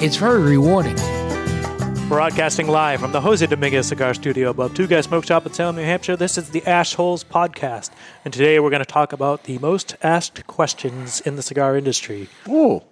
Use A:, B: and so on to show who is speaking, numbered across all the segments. A: It's very rewarding.
B: Broadcasting live from the Jose Dominguez Cigar Studio above Two Guys Smoke Shop in Salem, New Hampshire. This is the Ash Holes Podcast. And today we're going to talk about the most asked questions in the cigar industry.
C: Oh,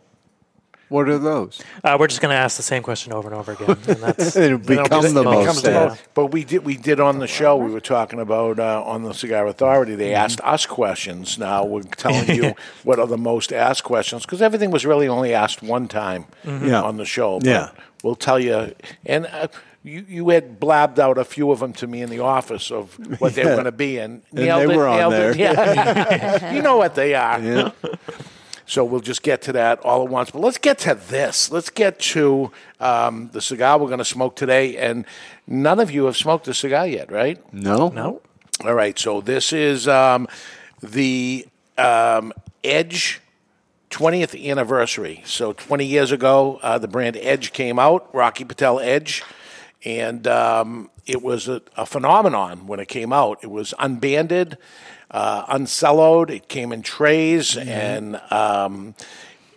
C: what are those?
B: Uh, we're just going to ask the same question over and over again. And that's,
C: It'll become the
B: it'll
C: most
D: becomes the
B: yeah.
D: most- But we did we did on the show. We were talking about uh, on the Cigar Authority. They
C: Mm-hmm.
D: asked us questions. Now we're telling you what are the most asked questions because everything was really only asked one time
C: Mm-hmm. Yeah.
D: on the show. But
C: Yeah.
D: we'll tell you. And uh, you you had blabbed out a few of them to me in the office of what they were
C: Yeah.
D: going to be, and,
C: And
D: nailed
C: they
D: it,
C: were on
D: nailed
C: there.
D: it. Yeah. you know what they are.
C: Yeah.
D: So we'll just get to that all at once. But let's get to this. Let's get to um, the cigar we're going to smoke today. And none of you have smoked a cigar yet, right?
C: No.
B: No?
D: All right. So this is um, the um, Edge 20th anniversary. So 20 years ago, uh, the brand Edge came out, Rocky Patel Edge. And um, it was a, a phenomenon when it came out. It was unbanded, uh, uncelloed. It came in trays and. Um,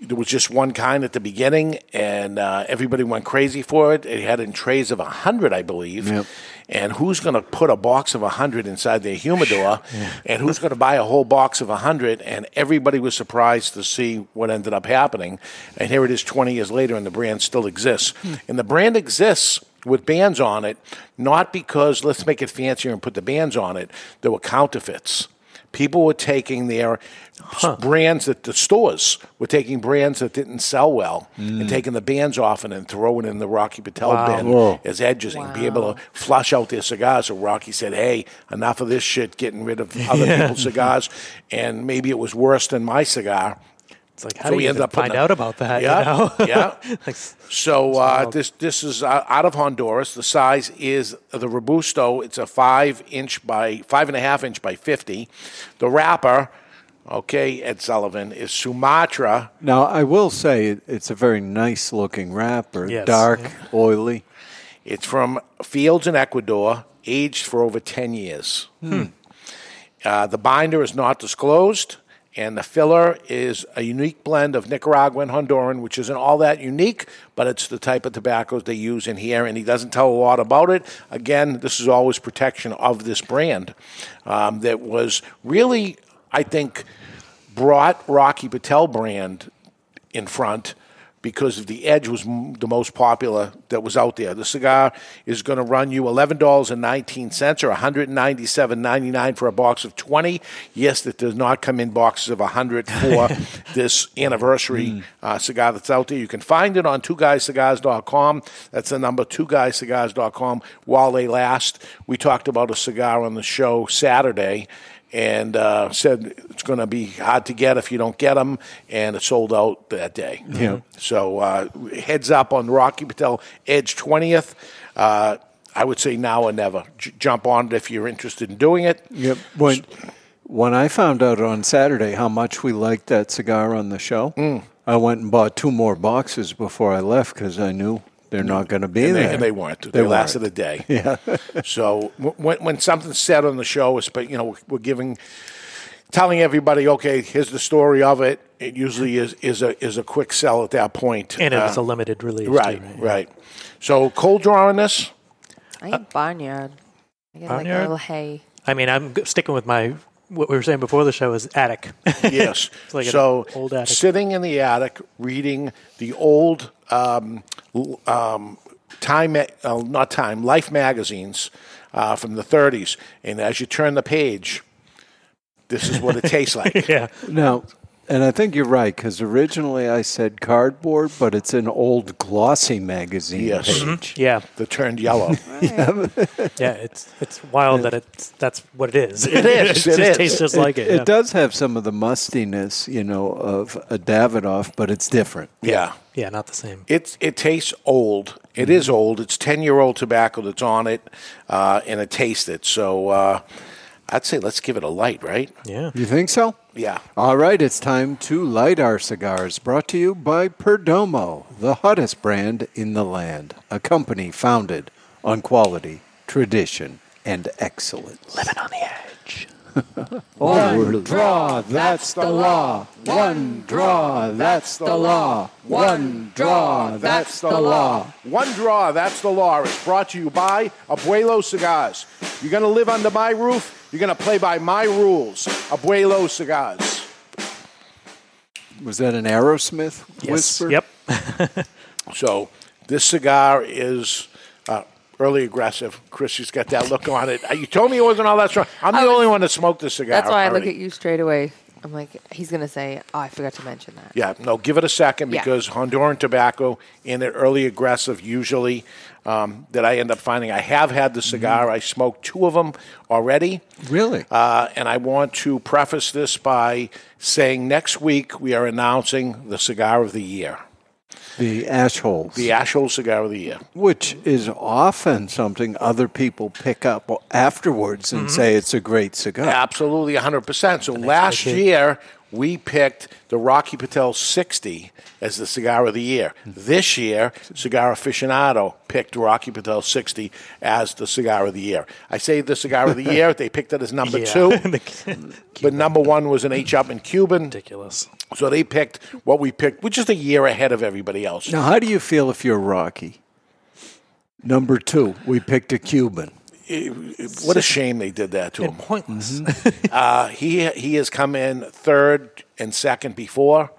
D: there was just one kind at the beginning, and uh, everybody went crazy for it. It had in trays of 100, I believe.
C: Yep.
D: And who's going to put a box of 100 inside their humidor? And who's going to buy a whole box of 100? And everybody was surprised to see what ended up happening. And here it is 20 years later, and the brand still exists. And the brand exists with bands on it, not because let's make it fancier and put the bands on it. There were counterfeits. People were taking their brands that the stores were taking brands that didn't sell well and taking the bands off and then throwing in the Rocky Patel bin
C: Whoa.
D: as edging, be able to flush out their cigars. So Rocky said, "Hey, enough of this shit. Getting rid of other people's cigars." And maybe it was worse than my cigar.
B: It's like, how
D: So
B: do
D: we
B: you
D: ended
B: even
D: up putting
B: find
D: a-
B: out about that? you
D: Yeah,
B: know?
D: yeah.
B: Like,
D: So uh, this this is uh, out of Honduras. The size is the robusto. It's a five inch by five and a half inch by fifty. The wrapper, okay, Ed Sullivan is Sumatra.
C: Now I will say it, it's a very nice looking wrapper.
B: Yes.
C: Dark,
B: Yeah.
C: oily.
D: It's from fields in Ecuador, aged for over 10 years.
C: Hmm.
B: Hmm.
D: Uh, the binder is not disclosed, and the filler is a unique blend of Nicaraguan Honduran, which isn't all that unique, but it's the type of tobaccos they use in here, and he doesn't tell a lot about it. Again, this is always protection of this brand um, that was really, I think, brought Rocky Patel brand in front because of the Edge was m- the most popular that was out there. The cigar is going to run you eleven dollars and nineteen cents or one hundred ninety seven ninety nine for a box of twenty. Yes, that does not come in boxes of hundred for this anniversary uh, cigar that's out there. You can find it on two guyscigars.com. That's the number two guyscigars.com while they last. We talked about a cigar on the show Saturday and uh, said it's going to be hard to get if you don't get them, and it sold out that day. Yeah. So uh, heads up on Rocky Patel Edge twentieth. Uh, I would say now or never. J- jump on it if you're interested in doing it.
C: Yep. When when I found out on Saturday how much we liked that cigar on the show,
D: Hmm.
C: I went and bought two more boxes before I left because I knew they're not going to be
D: And
C: there.
D: they, and they weren't. They, lasted
C: weren't.
D: a day. Yeah. so w- when, when something's said on the show, it's, but you know, we're giving, telling everybody, okay, here's the story of it. It usually is is a is a quick sell at that point.
B: and it
D: Uh,
B: was a limited release. too,
D: right,
B: right?
D: right. So cold drawing this.
E: I eat barnyard. I get like
B: barnyard?
E: a little hay.
B: I mean, I'm g- sticking with my, what we were saying before the show is attic.
D: Yes.
B: like an
D: so
B: old attic.
D: sitting in the attic reading the old um, l- um, time, ma- uh, not time, Life magazines uh, from the 30s, and as you turn the page, this is what it tastes like.
B: yeah.
C: Now, and I think you're right because originally I said cardboard, but it's an old glossy magazine
D: Yes.
C: page.
B: Mm-hmm. Yeah.
D: The turned yellow.
B: Yeah. It's it's wild that it's that's what it is. It
D: is,
B: it
D: it
B: just
D: is.
B: tastes just like it. yeah.
C: It does have some of the mustiness, you know, of a Davidoff, but it's different.
D: yeah.
B: Yeah, Mm-hmm. not the same.
D: It it tastes old. It is old. It's ten year old tobacco that's on it, uh, and it tastes it. So uh, I'd say let's give it a light, right?
B: Yeah.
C: You think so?
D: Yeah.
C: All right, it's time to light our cigars. Brought to you by Perdomo, the hottest brand in the land, a company founded on quality, tradition, and excellence. Oh,
B: Living on the edge.
C: One draw, that's the law. One draw, that's the law. One draw, that's the law.
D: One draw, that's the law. Is brought to you by Abuelo Cigars. You're gonna live under my roof. You're gonna play by my rules. Abuelo Cigars.
C: Was that an Aerosmith
B: Yes.
C: whisper?
B: Yep.
D: So this cigar is. Uh, Early aggressive. Chrissy's got that look on it. Uh, You told me it wasn't all that strong. I'm the
E: I was-
D: only one that smoked this cigar.
E: That's why I look
D: already.
E: at you straight away. I'm like, he's gonna say, "Oh, I forgot to mention that."
D: Yeah, no, give it a second
E: Yeah.
D: because Honduran tobacco in an early aggressive usually um, that I end up finding. I have had the cigar. I smoked two of them already.
C: Really?
D: Uh, and I want to preface this by saying next week we are announcing the cigar of the year,
C: The ash holes.
D: the Ashole cigar of the year.
C: which is often something other people pick up afterwards and
B: Mm-hmm.
C: say it's a great cigar.
D: Absolutely, 100%. So last year, we picked the Rocky Patel 60 as the cigar of the year. This year, Cigar Aficionado picked Rocky Patel 60 as the cigar of the year. I say the cigar of the year, they picked it as number
B: Yeah.
D: two,
B: The-
D: but number one was an H up in Cuban.
B: Ridiculous.
D: So they picked what we picked, which is a year ahead of everybody else.
C: Now, how do you feel if you're Rocky? Number two, we picked a Cuban.
D: What a shame they did that to him.
B: Pointless.
C: Mm-hmm.
D: Uh, he he has come in third and second before,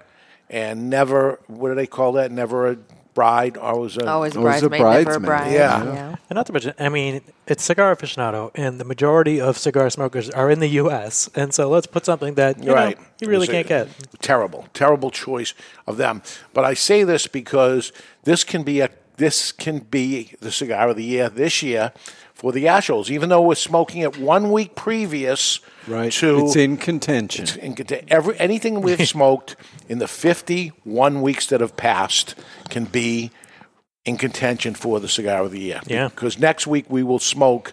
D: and never what do they call that? Never a bride, always a
E: Always a
C: Always a
E: bridesmaid, never a
C: bridesmaid.
E: bride.
D: Yeah.
B: And not to mention, I mean, it's cigar aficionado, and the majority of cigar smokers are in the U.S. And so let's put something that you, know,
D: right.
B: you really
D: It's a
B: can't get.
D: Terrible, terrible choice of them. But I say this because this can be a this can be the cigar of the year this year for the Ashholes, even though we're smoking it one week previous
C: Right.
D: to
C: it's in contention.
D: and get to every anything we've smoked in the 51 weeks that have passed can be in contention for the cigar of the year.
B: Yeah.
D: Because next week we will smoke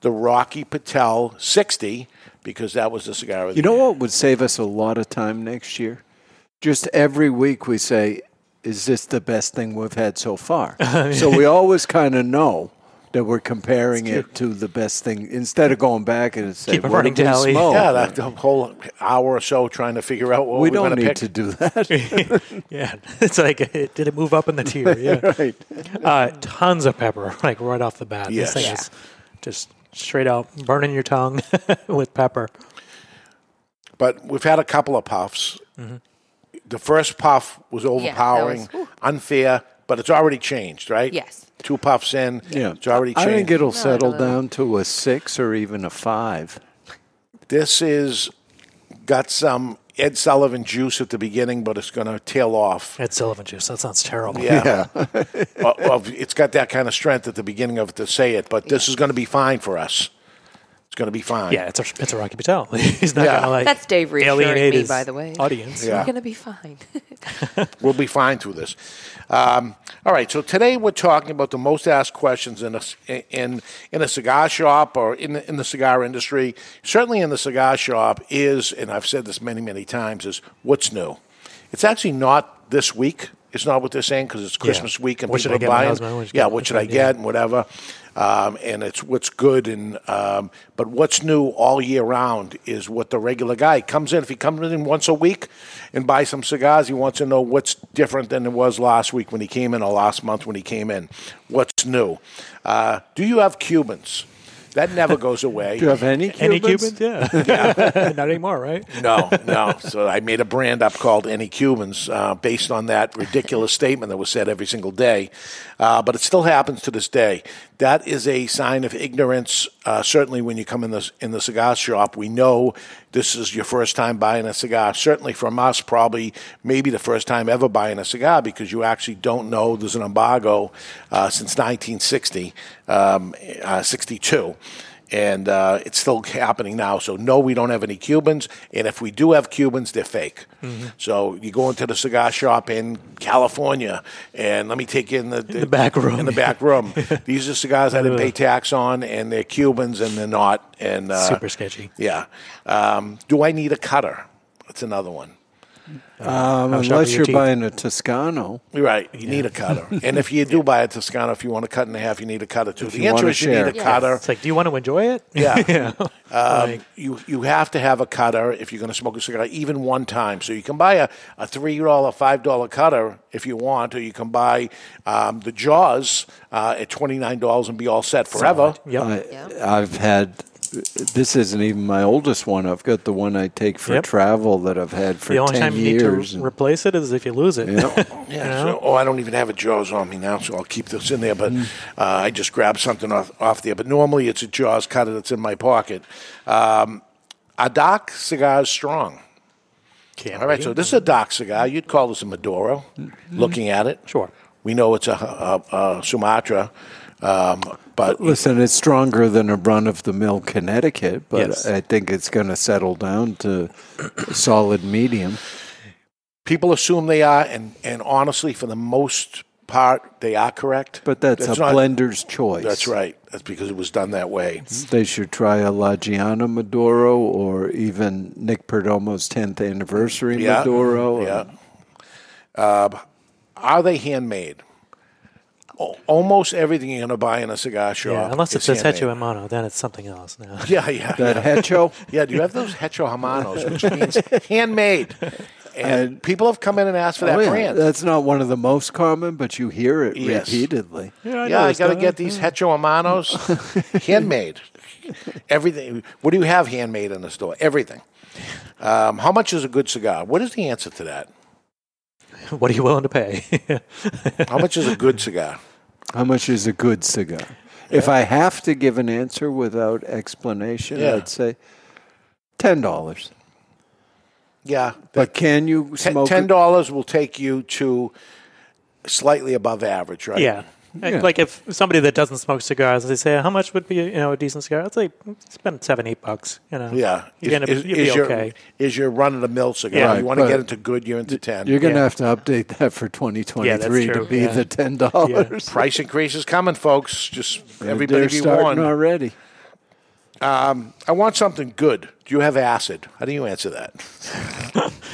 D: the Rocky Patel 60 because that was the cigar of the
C: you know
D: year.
C: what would save us a lot of time next year? Just every week we say, is this the best thing we've had so far? so we always kind of know that we're comparing it to the best thing instead of going back and say,
B: Keep a
C: what
B: running
C: did we
B: tally."
C: smoke?
D: Yeah, that the whole hour or so trying to figure out what
C: we
D: we're gonna
C: don't need
D: pick.
C: to do that.
B: Yeah, it's like it, did it move up in the tier? Yeah,
C: right.
B: uh, tons of pepper, like right off the bat.
D: Yes.
B: This thing
D: Yeah.
B: is just straight out burning your tongue with pepper.
D: But we've had a couple of puffs. The first puff was overpowering,
E: whew.
D: unfair, but it's already changed, right?
E: Yes.
D: Two puffs in.
C: Yeah,
D: It's already
C: I
D: changed.
C: think it'll settle
E: know.
C: down to a six or even a five.
D: This is got some Ed Sullivan juice at the beginning, but it's going to tail off.
B: It's Sullivan juice. That sounds terrible.
D: Yeah. Uh, well, it's got that kind of strength at the beginning of it to say it, but this is going to be fine for us. It's going to be fine.
B: Yeah, it's a it's a Rocky Patel. He's not
D: Yeah.
B: gonna like
E: That's Dave reassuring
B: alienate
E: me,
B: his
E: by the way.
B: Audience.
D: Yeah.
E: You're gonna be fine.
D: We'll be fine through this. Um, all right. So today we're talking about the most asked questions in a, c- in, in a cigar shop or in the, in the cigar industry. Certainly in the cigar shop is, and I've said this many, many times, is what's new? It's actually not this week. It's not what they're saying because it's Christmas week and
B: What should I
D: people
B: get
D: are
B: my
D: buying.
B: husband? What should
D: yeah,
B: I get
D: what
B: my
D: should I
B: friend?
D: get and whatever. Um, and it's what's good and um, but what's new all year round is what the regular guy comes in. If he comes in once a week and buys some cigars, he wants to know what's different than it was last week when he came in or last month when he came in. What's new? Uh, do you have Cubans? That never goes away.
C: Do you have any Cubans?
B: Any Cuban? Yeah. yeah. not anymore, right?
D: No, no. So I made a brand up called Any Cubans uh, based on that ridiculous statement that was said every single day. Uh, but it still happens to this day. That is a sign of ignorance. Uh, certainly, when you come in the in the cigar shop, we know this is your first time buying a cigar. Certainly, from us, probably maybe the first time ever buying a cigar because you actually don't know there's an embargo uh, since 1960, um, uh, 62 and uh, it's still happening now. So no, we don't have any Cubans, and if we do have Cubans, they're fake.
B: Mm-hmm.
D: So you go into the cigar shop in California, and let me take you in the, the
B: back room.
D: In the back room, these are cigars I didn't pay tax on, and they're Cubans, and they're not. And uh,
B: Super sketchy.
D: Yeah. Um, do I need a cutter? That's another one.
B: Uh,
C: Um,
B: How sharp are
C: unless
B: your
C: you're
B: teeth?
C: buying a Toscano.
D: You're right. You need a cutter. and if you do buy a Toscano, if you want to cut in half, you need a cutter too. the
C: you
D: answer
C: wanna
D: is you need
C: share.
D: a
C: Yes.
D: cutter.
B: It's like, do you want to enjoy it?
D: Yeah.
B: Like,
D: Um, You you have to have a cutter if you're going to smoke a cigar, even one time. So you can buy a, a three dollar, five dollar cutter if you want, or you can buy um, the jaws uh, at twenty nine dollars and be all set forever.
B: yep.
C: I,
E: Yeah.
C: I've had. This isn't even my oldest one. I've got the one I take for
B: Yep.
C: travel that I've had for
B: the only
C: ten
B: time you
C: years.
B: need
C: and-
B: to replace it is if you lose it.
D: Yeah. So, oh, I don't even have a Jaws on me now, so I'll keep this in there. But
B: Mm.
D: uh, I just grabbed something off, off there. But normally it's a Jaws cutter that's in my pocket. Um, a dark cigar is strong.
B: Can't
D: All right,
B: be. Mm-hmm.
D: so this is a dark cigar. You'd call this a Maduro, looking at it.
B: Sure.
D: We know it's a, a, a Sumatra, um, but
C: Listen, it's stronger than a run of the mill Connecticut, but
B: Yes.
C: I think it's going to settle down to solid medium.
B: Mm-hmm.
D: people assume they are, and, and honestly, for the most part, they are correct.
C: But that's, a
D: not-
C: blender's choice.
D: That's right. That's because it was done that way.
C: They should try a La Giana Maduro or even Nick Perdomo's 10th anniversary
D: Yeah.
C: Maduro.
D: Yeah. Uh, Are they handmade? Al- Almost everything you're going to buy in a cigar shop.
B: Yeah, unless it's a
D: is
B: Tetsu
D: handmade.
B: and Mono, then it's something else. No.
D: Yeah, yeah.
C: That Hecho,
D: Yeah, do you have those Hecho Hamanos, which means handmade? And
C: And-
D: people have come in and asked for that
C: Oh, yeah.
D: brand.
C: that's not one of the most common, but you hear it
D: Yes.
C: repeatedly.
D: yeah, I got to get these Hecho Hamanos handmade. Everything. What do you have handmade in the store? Everything. Um, how much is a good cigar? What is the answer to that?
B: What are you willing to pay?
D: How much is a good cigar?
C: How much is a good cigar? If I have to give an answer without explanation,
D: Yeah.
C: I'd say $10.
D: Yeah,
C: But can you
D: Ten-
C: smoke?
D: ten
C: it?
D: dollars will take you to slightly above average, right?
B: yeah. Like-
C: Yeah.
B: Like if somebody that doesn't smoke cigars, they say, "How much would be you know a decent cigar?" I'd say spend seven, eight bucks. You know,
D: Yeah.
B: you're gonna
D: is,
B: you'd
D: is
B: be
D: your,
B: okay.
D: Is your run of the mill cigar?
B: Yeah.
D: you want to
C: Right,
D: get
C: but
D: into good, you're into ten.
C: You're going to
B: Yeah.
C: have to update that for 2023 to
B: true,
C: be
B: yeah.
C: the $10.
D: Price increase is coming, folks. Just everybody
C: They're
D: be
C: starting
D: warned. Um,
C: already.
D: I want something good. Do you have acid? How do you answer that?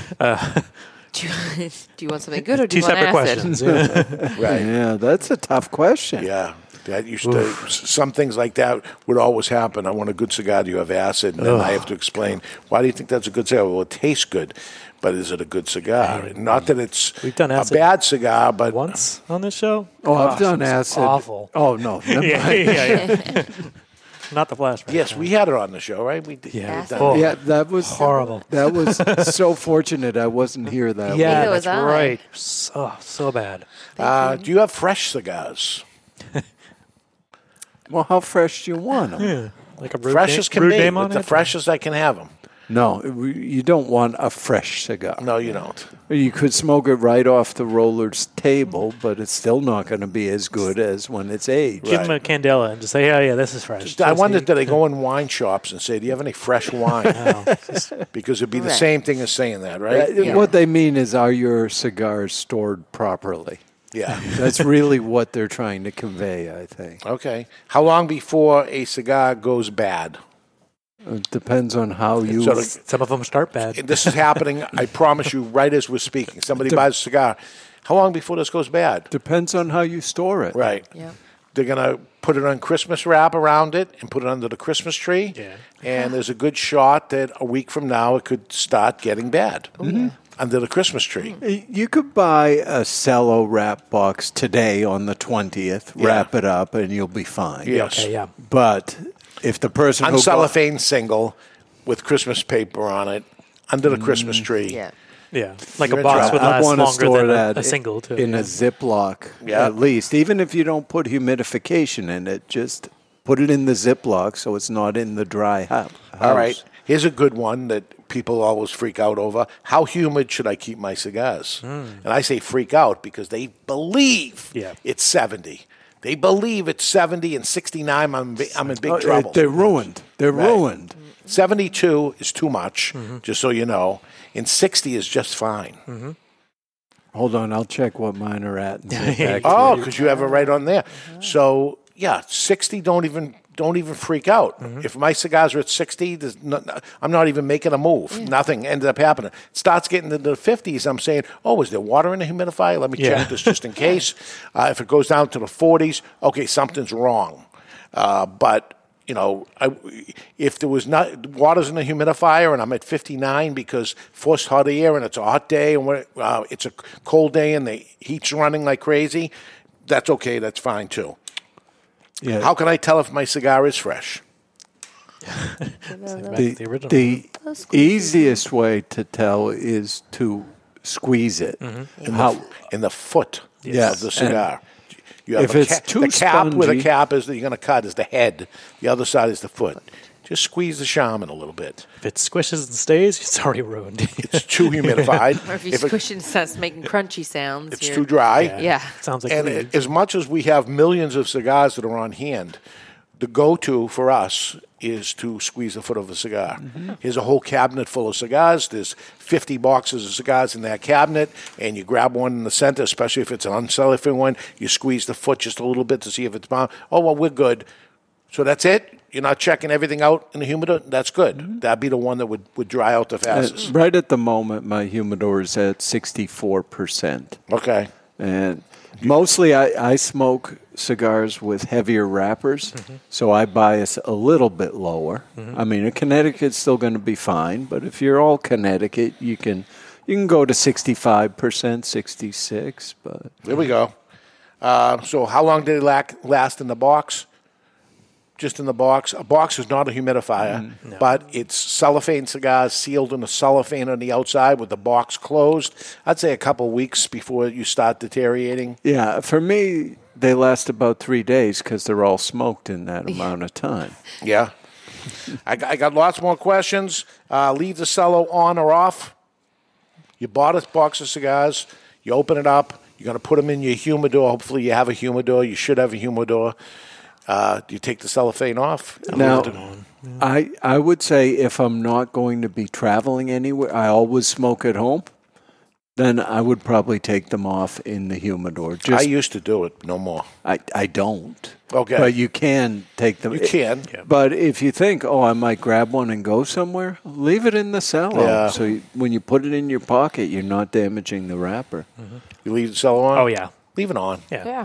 E: Do you, do you want something good or do
B: Uh,
E: you
B: Two
E: want
B: separate
E: acid?
B: questions. Yeah.
D: Right.
C: Yeah, that's a tough question.
D: Yeah. That used to, s- some things like that would always happen. I want a good cigar. Do you have acid? And then I have to explain why do you think that's a good cigar? Well, it tastes good, but is it a good cigar? Not that it's
B: We've done
D: a
B: acid
D: bad cigar, but
B: Once on this show,
C: Oh, I've done acid.
B: awful.
C: Oh no, never mind.
B: yeah, yeah, yeah. not the flashback.
D: Yes, we had her on the show, right? We did.
B: Yeah.
D: we've done
B: Oh.
D: it.
C: yeah, that was
B: Horrible.
C: That was so fortunate. I wasn't here that.
B: yeah,
E: Neither was
B: that's
E: I.
B: right. So so bad.
D: Uh, do you have fresh cigars?
C: week. Well, how fresh do you want them?
B: Like a rude
D: fresh
B: name,
D: as can
B: rude
D: be.
B: name on
D: with the
B: it?
D: freshest I can have them.
C: No, you don't want a fresh cigar.
D: No, you don't.
C: You could smoke it right off the roller's table, but it's still not going to be as good as when it's aged.
B: Give him a candela and just say, "Oh, "Yeah, yeah, this is fresh."
D: I
B: Just
D: wonder,
B: eat.
D: do they go in wine shops and say, "Do you have any fresh wine?"
B: No.
D: Because it'd be the
E: Right.
D: same thing as saying that,
C: Uh,
D: right?
C: What they mean is, are your cigars stored properly?
D: Yeah.
C: That's really what they're trying to convey. I think
D: Okay. How long before a cigar goes bad?
C: it depends on how you.
D: So the-
B: Some of them start bad.
D: this is happening. I promise you, right as we're speaking, somebody buys a cigar. How long before this goes bad?
C: depends on how you store it.
D: Right.
E: Yeah.
D: They're gonna put it on Christmas wrap around it and put it under the Christmas tree.
B: Yeah.
D: And there's a good shot that a week from now it could start getting bad under the Christmas tree.
C: You could buy a cello wrap box today on the 20th, wrap it up, and you'll be fine.
D: Yes.
B: Okay, yeah.
C: But if the person who bought,
D: Uncellophane single with Christmas paper on it under the
C: Mm.
D: Christmas tree.
E: Yeah.
B: Yeah, like
D: You're
B: a box
D: interrupted.
B: would
C: I
B: last
C: want to
B: longer
C: store
B: than a,
C: that
B: a single too.
C: in
B: yeah.
C: a Ziploc
D: Yeah.
C: at least, even if you don't put humidification in it, just put it in the Ziploc so it's not in the dry hou- house.
D: All right. Here's a good one that people always freak out over. How humid should I keep
C: Mm.
F: Mm.
D: my cigars? And I say freak out because they believe
B: Yeah.
D: it's 70. They believe it's 70 and 69. I'm, in bi- I'm in big
C: Oh,
D: trouble.
C: They're ruined. They're
D: Right.
C: ruined. Mm-hmm.
D: 72 is too much, just so you know, and 60 is just fine.
B: Mm-hmm.
C: Hold on, I'll check what mine are at. And get back to
D: Oh,
C: you.
D: because you have it right on there. So yeah, sixty. Don't even don't even freak out. If my cigars are at sixty, there's no, no- I'm not even making a move. Nothing ended up happening. It starts getting into the fifties. I'm saying, oh, is there water in the humidifier? Let me
B: Yeah.
D: check this just in case. Uh, if it goes down to the forties, okay, something's wrong. Uh, but you know, I, if there was not water's in the humidifier and I'm at 59 because forced hot air and it's a hot day and when, uh, it's a cold day and the heat's running like crazy, that's okay. That's fine too.
C: Yeah.
D: How can I tell if my cigar is fresh?
B: Back
C: the, E
B: to the original.
C: the easiest way to tell is to squeeze it.
B: Mm-hmm.
C: How,
D: In the foot
C: Yes.
D: of the cigar. You have
C: If
D: a
C: it's too
D: the cap with a
C: spongy-
D: cap is that you're going to cut is the head. The other side is the foot. Just squeeze the shaman a little bit.
B: if it squishes and stays, it's already ruined.
D: It's too humidified.
E: Or if you
D: If it-
E: squish it and starts making crunchy sounds.
D: it's
E: you're-
D: too dry.
E: Yeah.
B: Sounds like
D: and
B: weed.
D: as much as we have millions of cigars that are on hand, the go-to for us is to squeeze the foot of a cigar.
E: Mm-hmm.
D: Here's a whole cabinet full of cigars. There's 50 boxes of cigars in that cabinet, and you grab one in the center, especially if it's an unselling one. You squeeze the foot just a little bit to see if it's bound. Oh well, we're good. So that's it. You're not checking everything out in the humidor. That's good.
E: Mm-hmm.
D: That'd be the one that would, would dry out the
C: uh,
D: fastest.
C: right at the moment, my humidor is at 64%.
D: okay.
C: And mostly I, I smoke cigars with heavier wrappers, so I bias a little bit lower. I mean, a Connecticut's still going to be fine, but if you're all Connecticut, you can you can go to 65%, 66, but
D: There we go. Uh, so, how long did it lack, last in the box? Just in the box. A box is not a humidifier, but it's cellophane cigars sealed in a cellophane on the outside with the box closed. I'd say a couple weeks before you start deteriorating.
C: yeah, for me they last about 3 days cuz they're all smoked in that amount of time.
D: Yeah. I, got- I got lots more questions. Uh, leave the cello on or off. You bought a box of cigars. You open it up. You're going to put them in your humidor. Hopefully, you have a humidor. You should have a humidor. Uh, you take the cellophane off. and
C: Now,
D: leave it-
C: I I would say if I'm not going to be traveling anywhere, I always smoke at home. Then I would probably take them off in the humidor.
D: I
C: Just
D: used to do it. No more.
C: I, I don't.
D: Okay.
C: But you can take them.
D: You can.
C: But if you think, oh, I might grab one and go somewhere, leave it in the cellar.
D: Yeah.
C: So you, when you put it in your pocket, you're not damaging the wrapper.
D: You leave the cello on.
B: Oh, yeah.
D: Leave it on.
B: yeah.
E: Yeah.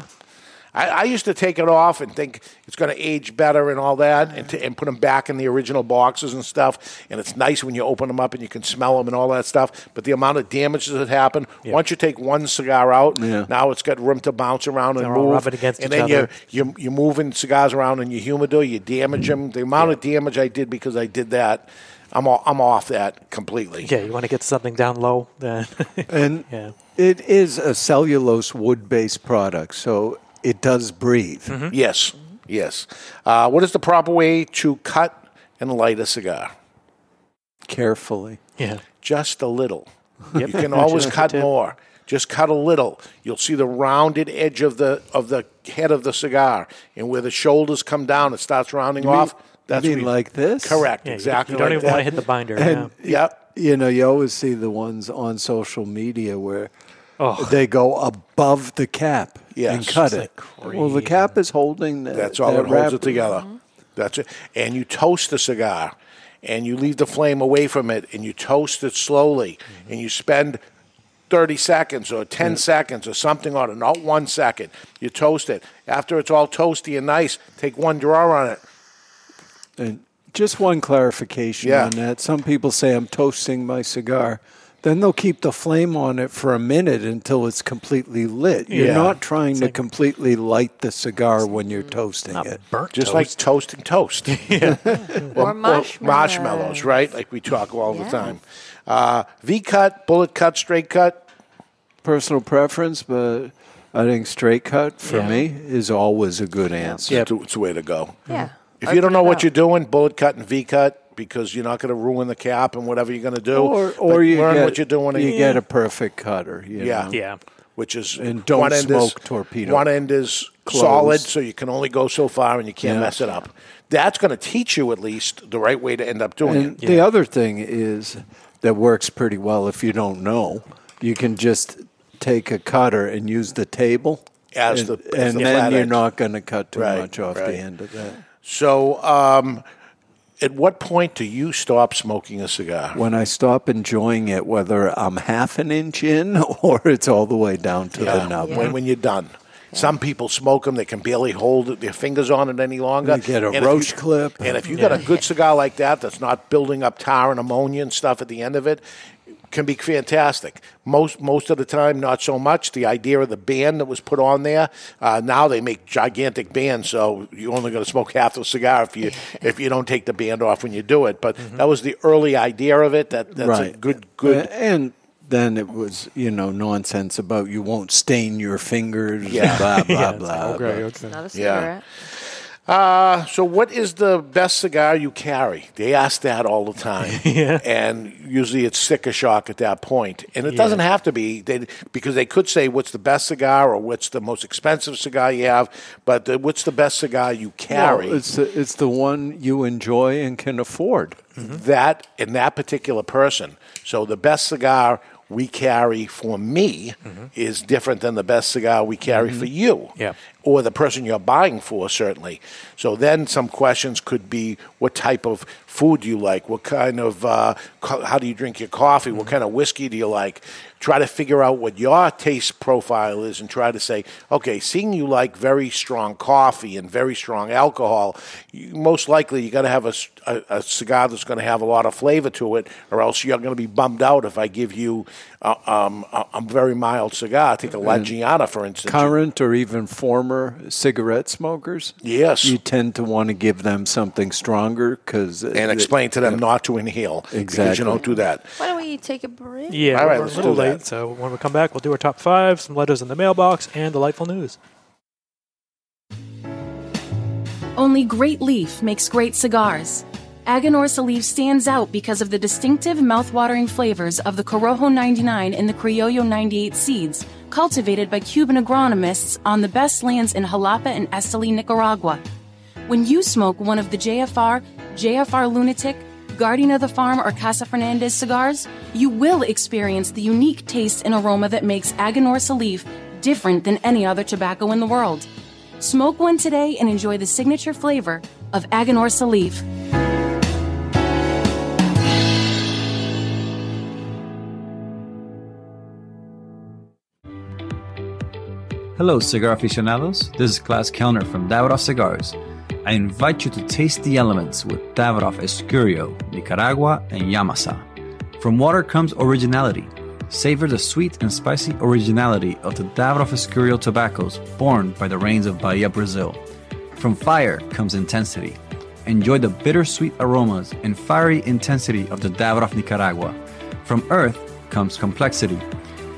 D: I, I used to take it off and think it's going to age better and all that, and, to, and put them back in the original boxes and stuff. And it's nice when you open them up and you can smell them and all that stuff. But the amount of damage that happened once you take one cigar out,
C: Yeah.
D: now it's got room to bounce around and
B: They're all
D: move.
B: rubbing against
D: and
B: each
D: then
B: other.
D: You, you you're moving cigars around in your humidor, you damage them. The amount of damage I did because I did that, I'm all, I'm off that completely.
B: Yeah, you want to get something down low, then
C: And
B: Yeah.
C: it is a cellulose wood based product, so it does breathe.
B: Mm-hmm.
D: Yes, yes. Uh, what is the proper way to cut and light a cigar?
C: Carefully.
B: yeah,
D: Just a little.
B: Yep.
D: You can always
B: Just a
D: cut
B: tip.
D: more. Just cut a little. You'll see the rounded edge of the of the head of the cigar, and where the shoulders come down, it starts rounding off. That's
C: you mean
D: where
C: like this?
D: Correct.
B: yeah. you-
D: exactly.
B: You, don't
D: like
B: even want to
D: that.
B: hit the binder. yeah.
C: And
D: Yep.
C: you know, you always see the ones on social media where they go above the cap
D: Yes.
C: and cut
D: It's
C: it. well, the cap is holding that.
D: That's all
C: that
D: that holds it
C: wrapper.
D: together.
E: Mm-hmm.
D: That's it. And you toast the cigar, and you leave the flame away from it, and you toast it slowly,
E: Mm-hmm.
D: and you spend thirty seconds or
E: Mm.
D: ten seconds or something on it, not one second. You toast it. After it's all toasty and nice, take one drawer on it.
C: And just one clarification
D: Yeah.
C: on that. Some people say I'm toasting my cigar. Then they'll keep the flame on it for a minute until it's completely lit. You're
D: Yeah.
C: not trying to completely light the cigar when you're toasting
B: Not
C: it.
B: burnt
D: Just
B: toast.
D: like toasting toast.
E: Or, marshmallows.
D: marshmallows, right? Like we talk all the
E: Yeah.
D: time. Uh, v cut, bullet cut, straight cut.
C: Personal preference, but I think straight cut for me is always a good answer.
D: It's, the- it's the way to go.
E: Yeah.
D: If you
E: Open
D: don't know
E: it
D: what
E: up.
D: you're doing, bullet cut and V cut because you're not going to ruin the cap and whatever you're going to do.
C: or
D: But
C: or you
D: learn
C: get,
D: what you're doing.
C: You
D: and-
C: get a perfect cutter. you
D: Yeah.
C: know.
B: yeah,
D: which is
C: And don't
D: one end is-
C: smoke torpedo.
D: One end is
C: closed.
D: solid, so you can only go so far and you can't
C: Yeah.
D: mess it up. That's going to teach you at least the right way to end up doing
C: And
D: it.
C: the other thing is that works pretty well if you don't know. You can just take a cutter and use the table
D: As
C: and,
D: the- as
C: and
D: the flat
C: then you're
D: edge.
C: not going to cut too
D: Right,
C: much off
D: right.
C: the end of that.
D: So, um, at what point do you stop smoking a cigar?
C: When I stop enjoying it, whether I'm half an inch in or it's all the way down to the
D: Yeah,
C: nub,
D: when, when you're done. Some people smoke them; they can barely hold it- their fingers on it any longer.
C: You get a
D: if
C: roach clip.
D: and if you got a good cigar like that, that's not building up tar and ammonia and stuff at the end of it, can be fantastic. Most most of the time, not so much. The idea of the band that was put on there. Uh, now they make gigantic bands, so you're only going to smoke half the cigar if you if you don't take the band off when you do it. But
B: Mm-hmm.
D: that was the early idea of it. That that's a good good
C: Uh, And then it was, you know, nonsense about you won't stain your fingers,
D: Yeah.
C: blah, blah, blah.
B: Okay,
E: It's
B: okay.
E: not a
D: Yeah.
E: cigarette.
D: Uh, so what is the best cigar you carry? They ask that all the time.
B: Yeah.
D: And usually it's sticker shock at that point. And it doesn't have to be they, because they could say what's the best cigar or what's the most expensive cigar you have, but the, what's the best cigar you carry?
C: Well, it's, the, it's the one you enjoy and can afford.
D: Mm-hmm. that in that particular person. So the best cigar we carry for me
C: Mm-hmm.
D: is different than the best cigar we carry for you.
B: Yeah.
D: Or the person you're buying for, certainly. So then some questions could be what type of food do you like? What kind of, uh, co- how do you drink your coffee? What kind of whiskey do you like? Try to figure out what your taste profile is and try to say, okay, seeing you like very strong coffee and very strong alcohol, you, most likely you're going to have a, s- a- a cigar that's going to have a lot of flavor to it, or else you're going to be bummed out if I give you uh, um, a, a very mild cigar. Take a La Giana, for instance.
C: Current or even former cigarette smokers,
D: Yes.
C: you tend to want to give them something stronger because
D: and explain to them not to inhale. Because you
C: Exactly.
D: don't do that.
E: Why don't we take a break?
B: Yeah,
D: All right,
B: we're
D: let's
B: a little
D: do that.
B: late, so when we come back, we'll do our top five, some letters in the mailbox, and delightful news.
G: Only Great Leaf makes great cigars. Aganor Salif stands out because of the distinctive mouthwatering flavors of the Corojo 99 and the Criollo 98 seeds, cultivated by Cuban agronomists on the best lands in Jalapa and Esteli, Nicaragua. When you smoke one of the JFR, JFR Lunatic, Guardian of the Farm, or Casa Fernandez cigars, you will experience the unique taste and aroma that makes Aganor Salif different than any other tobacco in the world. Smoke one today and enjoy the signature flavor of Aganor Salif.
H: Hello, cigar aficionados. This is Klaus Kellner from Davidoff Cigars. I invite you to taste the elements with Davidoff Escurio, Nicaragua, and Yamasa. From water comes originality. Savor the sweet and spicy originality of the Davidoff Escurio tobaccos born by the rains of Bahia, Brazil. From fire comes intensity. Enjoy the bittersweet aromas and fiery intensity of the Davidoff Nicaragua. From earth comes complexity.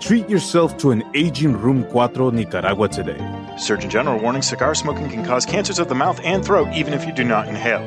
F: Treat yourself to an Aging Room 4 Nicaragua today.
I: Surgeon General warning cigar smoking can cause cancers of the mouth and throat even if you do not inhale.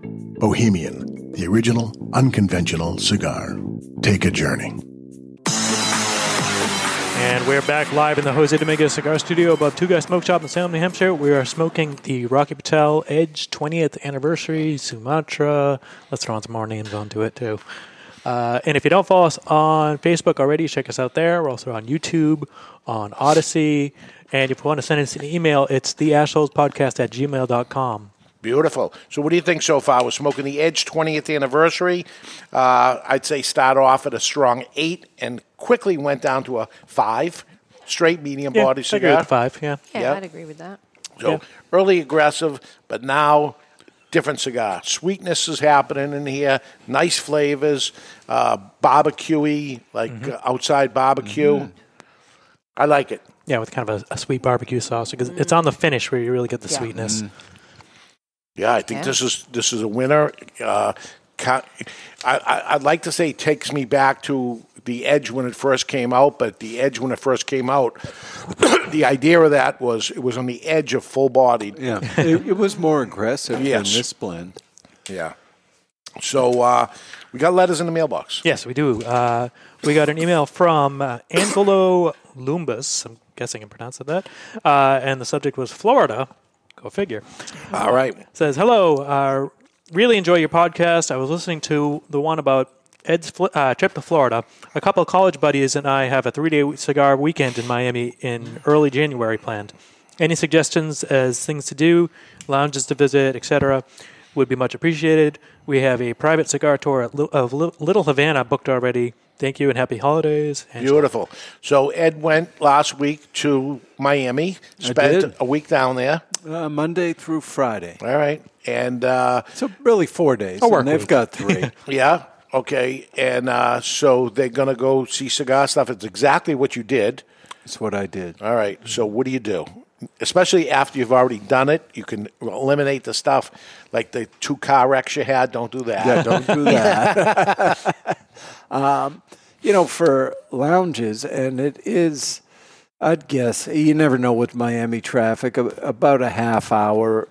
J: Bohemian, the original unconventional cigar. Take a journey.
B: And we're back live in the Jose Dominguez Cigar Studio above Two Guys Smoke Shop in Salem, New Hampshire. We are smoking the Rocky Patel Edge 20th Anniversary Sumatra. Let's throw on some more names onto it, too. Uh, and if you don't follow us on Facebook already, check us out there. We're also on YouTube, on Odyssey. And if you want to send us an email, it's theashholespodcast at gmail.com.
D: Beautiful. So, what do you think so far? We're smoking the Edge 20th anniversary. Uh, I'd say start off at a strong eight and quickly went down to a five, straight medium
B: Yeah,
D: body
B: I agree
D: cigar.
B: with five, yeah.
E: Yeah,
D: Yep.
E: I'd agree with that.
D: So
E: Yeah.
D: early aggressive, but now different cigar. Sweetness is happening in here. Nice flavors, uh, barbecuey, like
B: Mm-hmm.
D: uh, outside barbecue. I like it.
B: Yeah, with kind of a, a sweet barbecue sauce because it's on the finish where you really get the
D: Yeah.
B: sweetness.
D: Yeah, I think
B: Yeah.
D: this is this is a winner. Uh, ca- I, I, I'd like to say it takes me back to the Edge when it first came out, but the Edge when it first came out, the idea of that was it was on the edge of full bodied.
C: Yeah, it, it was more aggressive
D: Yes.
C: than this blend.
D: Yeah. So uh, we got letters in the mailbox.
B: Yes, we do. Uh, we got an email from uh, Angelo Lumbus. I'm guessing I'm pronouncing that. Uh, and the subject was Florida. Go figure.
D: All right.
B: Says, hello. Uh, really enjoy your podcast. I was listening to the one about Ed's fl- uh, trip to Florida. A couple of college buddies and I have a three day cigar weekend in Miami in early January planned. Any suggestions as things to do, lounges to visit, etc., would be much appreciated. We have a private cigar tour at Li- of Li- Little Havana booked already. Thank you and happy holidays. Angela.
D: Beautiful. So Ed went last week to Miami,
C: I
D: spent
C: did.
D: a week down there.
C: Uh, Monday through Friday.
D: All right. And uh,
C: so really four days.
D: A work
C: and they've
D: week.
C: got three.
D: Yeah. Okay. And uh, so they're going to go see cigar stuff. It's exactly what you did.
C: It's what I did.
D: All right. So what do you do? Especially after you've already done it, you can eliminate the stuff like the two car wrecks you had. Don't do that.
C: Yeah, don't do that. um, you know, for lounges, and it is, I'd guess, you never know with Miami traffic, a- about a half hour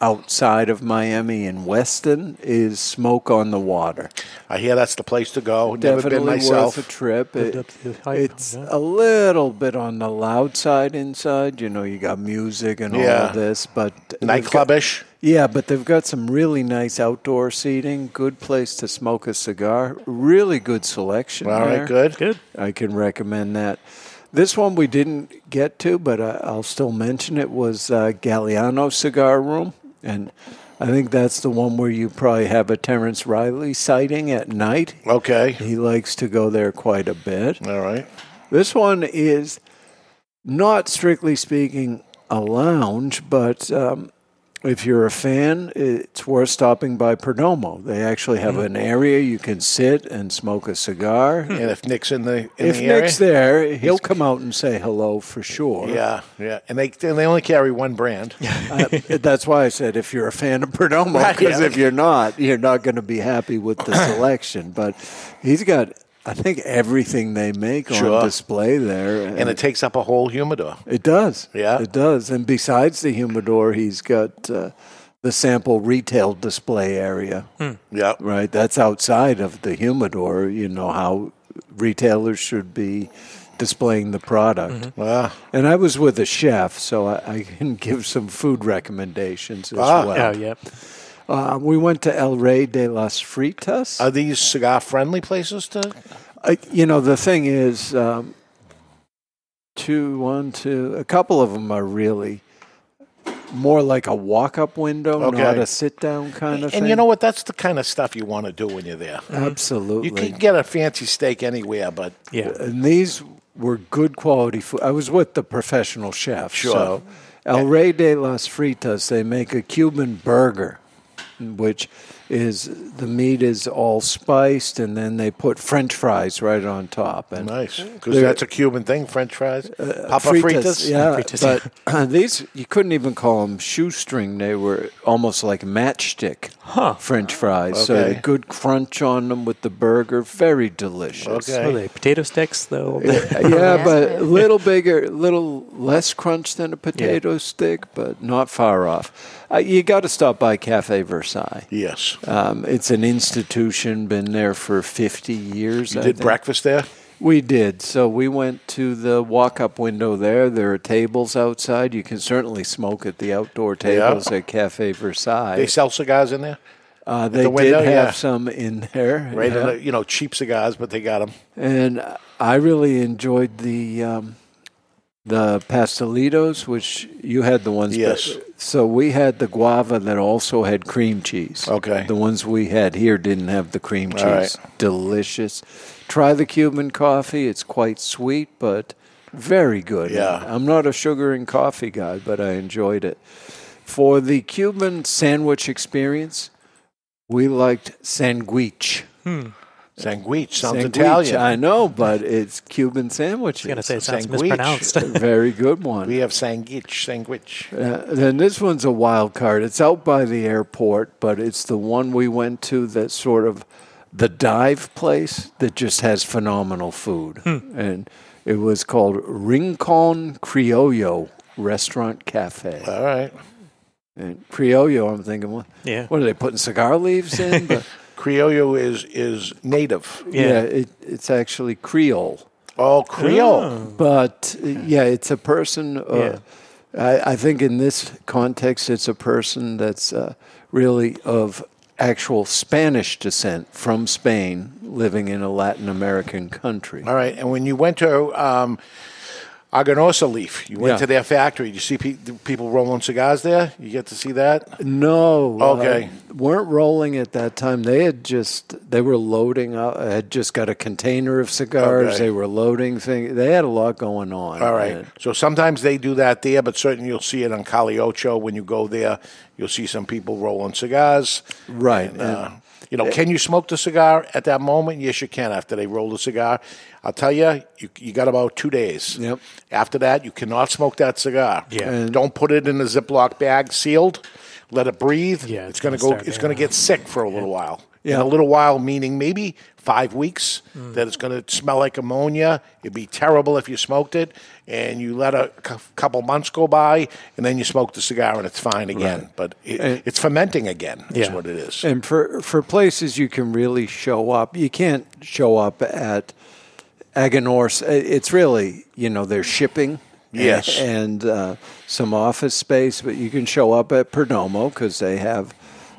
C: outside of Miami in Weston is Smoke on the Water.
D: I hear that's the place to go. Never
C: Definitely
D: been myself.
C: worth a trip.
D: Lived
C: It-
D: up to the hype,
C: it's a little bit on the loud side inside. You know, you got music and all
D: Yeah.
C: of this, but they've got-
D: Nightclubish.
C: yeah, but they've got some really nice outdoor seating, good place to smoke a cigar, really good selection.
D: All
C: there.
D: right, good. Good.
C: I can recommend that. This one we didn't get to, but I, I'll still mention it was uh, Galliano Cigar Room, and I think that's the one where you probably have a Terrence Riley sighting at night.
D: Okay,
C: he likes to go there quite a bit.
D: All right,
C: this one is not strictly speaking a lounge, but um, if you're a fan, it's worth stopping by Perdomo. They actually have an area you can sit and smoke a cigar.
D: Mm-hmm. Hmm. And if Nick's in the in
C: if
D: the area,
C: Nick's there, he'll come out and say hello for sure.
D: Yeah, yeah, and they and they only carry one brand.
C: Uh, that's why I said if you're a fan of Perdomo,
D: Right,
C: because
D: yeah.
C: if you're not, you're not going to be happy with the selection. But he's got, I think, everything they make
D: Sure.
C: on display there,
D: and it takes up a whole humidor.
C: It does.
D: Yeah.
C: It does. And besides the humidor, he's got uh, the sample retail display area.
D: Hmm. Yeah.
C: Right. That's outside of the humidor. You know how retailers should be displaying the product.
D: Mm-hmm.
C: And I was with a chef, so I, I can give some food recommendations as
D: Ah.
C: well.
D: Yeah, yep.
C: Uh, we went to El Rey de las Fritas.
D: Are these cigar friendly places to?
C: I, you know, the thing is, um, two, one, two, a couple of them are really more like a walk up window, not
D: Okay.
C: a sit down kind of
D: and
C: thing.
D: you know what? That's the kind of stuff you want to do when you're there.
C: Absolutely.
D: You can get a fancy steak anywhere, but
C: And these were good quality food. I was with the professional chef.
D: Sure.
C: So El Rey de las Fritas, they make a Cuban burger, which is the meat is all spiced and then they put french fries right on top. And
D: nice because
C: they're-
D: that's a Cuban thing. French fries, Papa fritas.
C: Uh, yeah, but these you couldn't even call them shoestring; they were almost like matchstick
B: Huh.
C: French fries. So
B: Okay.
C: a good crunch on them with the burger, very delicious.
B: What are they? Potato sticks, though?
C: Yeah, yeah, but a little bigger, little less crunch than a potato stick, but not far off. Uh, you got to stop by Cafe Versailles.
D: Yes,
C: um, it's an institution, been there for fifty years.
D: You
C: I
D: did
C: think.
D: breakfast there.
C: We did. So we went to the walk up window there. There are tables outside. You can certainly smoke at the outdoor
D: Yeah.
C: tables at Cafe Versailles.
D: They sell cigars in there.
C: uh,
D: at
C: they
D: the window,
C: did have
D: yeah.
C: some in there.
D: Right,
C: yeah.
D: in the, you know, cheap cigars, but they got them.
C: And I really enjoyed the um, the pastelitos, which you had the ones. but-
D: Yes.
C: So we had the guava that also had cream cheese.
D: Okay.
C: The ones we had here didn't have the cream
D: All
C: cheese.
D: right.
C: Delicious. Try the Cuban coffee. It's quite sweet, but very good.
D: Yeah.
C: I'm not a sugar and coffee guy, but I enjoyed it. For the Cuban sandwich experience, we liked sandwich.
B: Hmm.
D: Sandwich sounds
C: Sandwich,
D: Italian.
C: I know, but it's Cuban sandwiches.
D: I was gonna say, it sounds Sandwich. mispronounced.
C: Very good one.
D: We have sandwich, sandwich.
C: Uh, then this one's a wild card. It's out by the airport, but it's the one we went to that's sort of the dive place that just has phenomenal food.
B: Hmm.
D: Hmm.
C: And it was called Rincon Criollo Restaurant Cafe.
D: All right.
C: And Criollo, I'm thinking, what,
D: Yeah.
C: what are they putting cigar leaves in? But
D: Criollo is is native.
C: yeah, it, it's actually Creole.
D: Oh, Creole.
C: But uh, yeah, it's a person. Uh, I, I think in this context, it's a person that's uh, really of actual Spanish descent from Spain, living in a Latin American country.
D: All right. And when you went to um, Arganosa Leaf, you went
C: Yeah.
D: to their factory. You see pe- the people rolling cigars there. You get to see that.
C: No, uh,
D: Okay.
C: weren't rolling at that time. They had just they were loading up. Had just got a container of cigars.
D: Okay.
C: They were loading things. They had a lot going on.
D: All right.
C: And-
D: So sometimes they do that there, but certainly you'll see it on Caliocho when you go there. You'll see some people rolling cigars.
C: Right.
D: And, uh, you know, can you smoke the cigar at that moment? Yes, you can. After they roll the cigar, I'll tell you, you, you got about two days. Yep. After that, you cannot smoke that cigar.
B: Yeah.
D: Don't put it in a Ziploc bag, sealed. Let it breathe. Yeah. It's, gonna,
B: gonna
D: go.
B: start
D: It's gonna get sick for a little while. In
C: Yeah.
D: a little while, meaning maybe five weeks, that it's going to smell like ammonia. It'd be terrible if you smoked it, and you let a cou- couple months go by, and then you smoke the cigar, and it's fine again. But it,
C: And-
D: it's fermenting again. Is what it is.
C: And for for places you can really show up, you can't show up at Agonor's. It's really you know they're shipping.
D: Yes.
C: and, uh, some office space, but you can show up at Perdomo because they have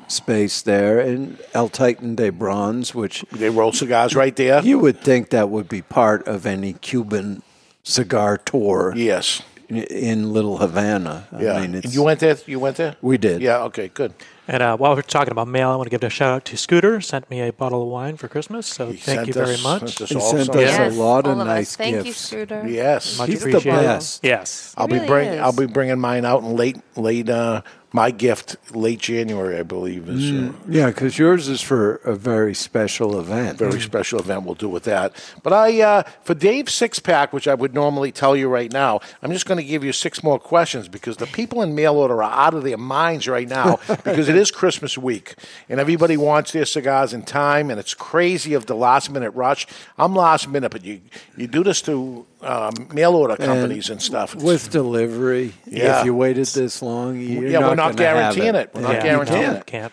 C: space there, and El Titan de Bronze, which
D: they roll cigars right there.
C: You would think that would be part of any Cuban cigar tour.
D: Yes,
C: in, in Little Havana.
D: Yeah.
C: I mean, it's,
D: you went there. You went there.
C: we did.
D: Yeah. Okay. Good.
B: And uh, while we're talking about mail, I want to give a shout out to Scooter. Sent me a bottle of wine for Christmas, so thank
D: sent
B: you very
D: us-
B: much.
D: sent us
C: He all sent some. us a lot of All of us. nice
E: Thank you,
C: gifts.
E: Scooter.
D: Yes,
B: Much He's the appreciated. best. Yes.
D: I'll
E: He
D: be
E: really
D: bring.
E: is.
D: I'll be bringing mine out in late late. Uh, my gift late January, I believe, is. uh,
C: Mm, yeah, because yours is for a very special event. Mm.
D: Very special event we'll do with that. But I, uh, for Dave's six pack, which I would normally tell you right now, I'm just going to give you six more questions because the people in mail order are out of their minds right now because it it is Christmas week, and everybody wants their cigars in time, and it's crazy of the last minute rush. I'm last minute, but you you do this to um, mail order companies and, stuff.
C: with delivery.
D: Yeah.
C: If you waited this long, you're
D: yeah, we're not
C: gonna have
D: guaranteeing it. We're not guaranteeing it.
B: Can't.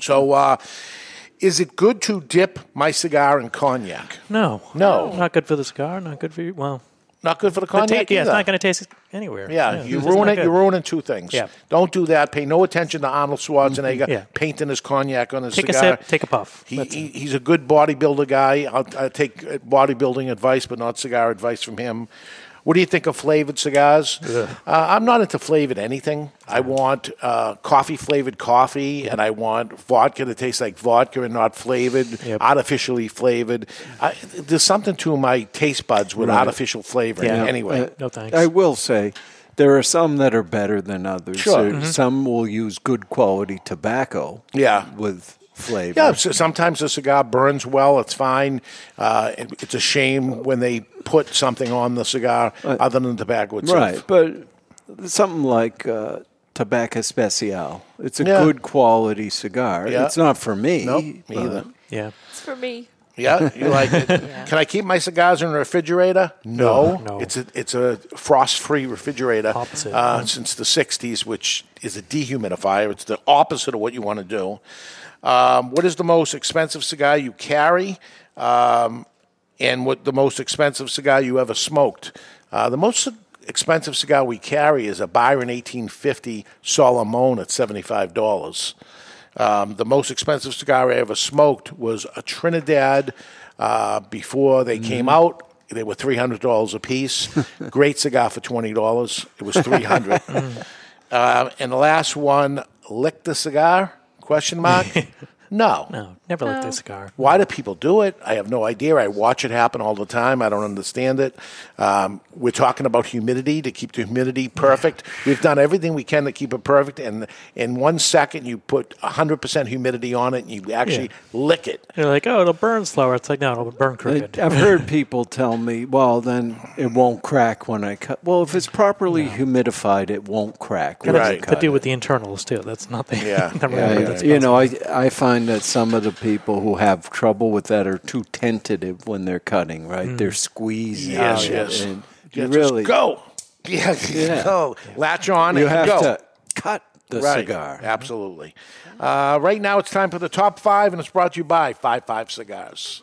D: So, uh, is it good to dip my cigar in cognac?
B: No.
D: No.
B: Not good for the cigar. Not good for you. Well,
D: not good for the
B: ta-
D: cognac
B: yeah, it's
D: either.
B: not going to taste anywhere.
D: Yeah, you
B: it's just
D: ruin
B: not
D: it.
B: good.
D: You're ruining two things.
B: Yeah. Mm-hmm.
D: Don't do that. Pay no attention to Arnold Schwarzenegger
B: Yeah.
D: painting his cognac on his
B: Take a
D: cigar.
B: sip. Take a puff.
D: He, he, he's a good bodybuilder guy. I'll, I'll take uh, bodybuilding advice, but not cigar advice from him. What do you think of flavored cigars? Uh, I'm not into flavored anything. I want uh, coffee flavored coffee, and I want vodka that tastes like vodka and not flavored, artificially flavored. I, there's something to my taste buds with
C: Right.
D: artificial flavor.
C: Yeah.
D: Anyway,
C: Uh, I will say there are some that are better than others.
D: Sure.
C: There-
D: Mhm.
C: Some will use good quality tobacco.
D: Yeah.
C: With flavor.
D: Yeah, so sometimes a cigar burns well. It's fine. Uh, it, it's a shame when they put something on the cigar other than tobacco itself.
C: right, but something like uh, Tobacco Especial. It's a
D: Yeah.
C: good quality cigar.
D: Yeah.
C: It's not for me.
D: Nope, me
C: but-
D: either.
B: Yeah.
E: It's for me.
D: Yeah, you like it. Can I keep my cigars in the refrigerator? No,
B: No.
D: It's a it's a frost-free refrigerator
B: Opposite.
D: uh, since the '60s, which is a dehumidifier. It's the opposite of what you want to do. Um, what is the most expensive cigar you carry, um, and what the most expensive cigar you ever smoked? Uh, the most expensive cigar we carry is a Byron 1850 Solomon at seventy-five dollars. Um, the most expensive cigar I ever smoked was a Trinidad. Uh, before they came out, they were three hundred dollars a piece. Great cigar for twenty dollars. It was three hundred. uh, and the last one, lick the cigar? Question mark. no,
B: no, never licked a cigar.
D: Why do people do it? I have no idea. I watch it happen all the time. I don't understand it. Um, we're talking about humidity to keep the humidity perfect. We've done everything we can to keep it perfect, and in one second you put hundred percent humidity on it, and you actually lick it.
B: You're like, oh, it'll burn slower. It's like, no, it'll burn
C: I-
B: crooked.
C: I've heard people tell me, well, then it won't crack when I cut. Well, if it's properly humidified, it won't crack. when
B: Got
C: you
B: to-
C: cut
B: to do with the internals too. That's not the
D: yeah.
B: the
C: Yeah,
B: remedy
C: yeah,
B: that's
C: you know, I, I find that some of the people who have trouble with that are too tentative when they're cutting, right?
D: Mm.
C: They're squeezing.
D: Yes,
C: it,
D: yes.
C: and
D: Yeah,
C: you
D: just
C: really
D: go. Yeah,
C: Yeah.
D: go. Latch on
C: You
D: and
C: have
D: go.
C: to cut the
D: Right.
C: cigar.
D: Absolutely. Uh, right now it's time for the top five, and it's brought to you by Five Five Cigars.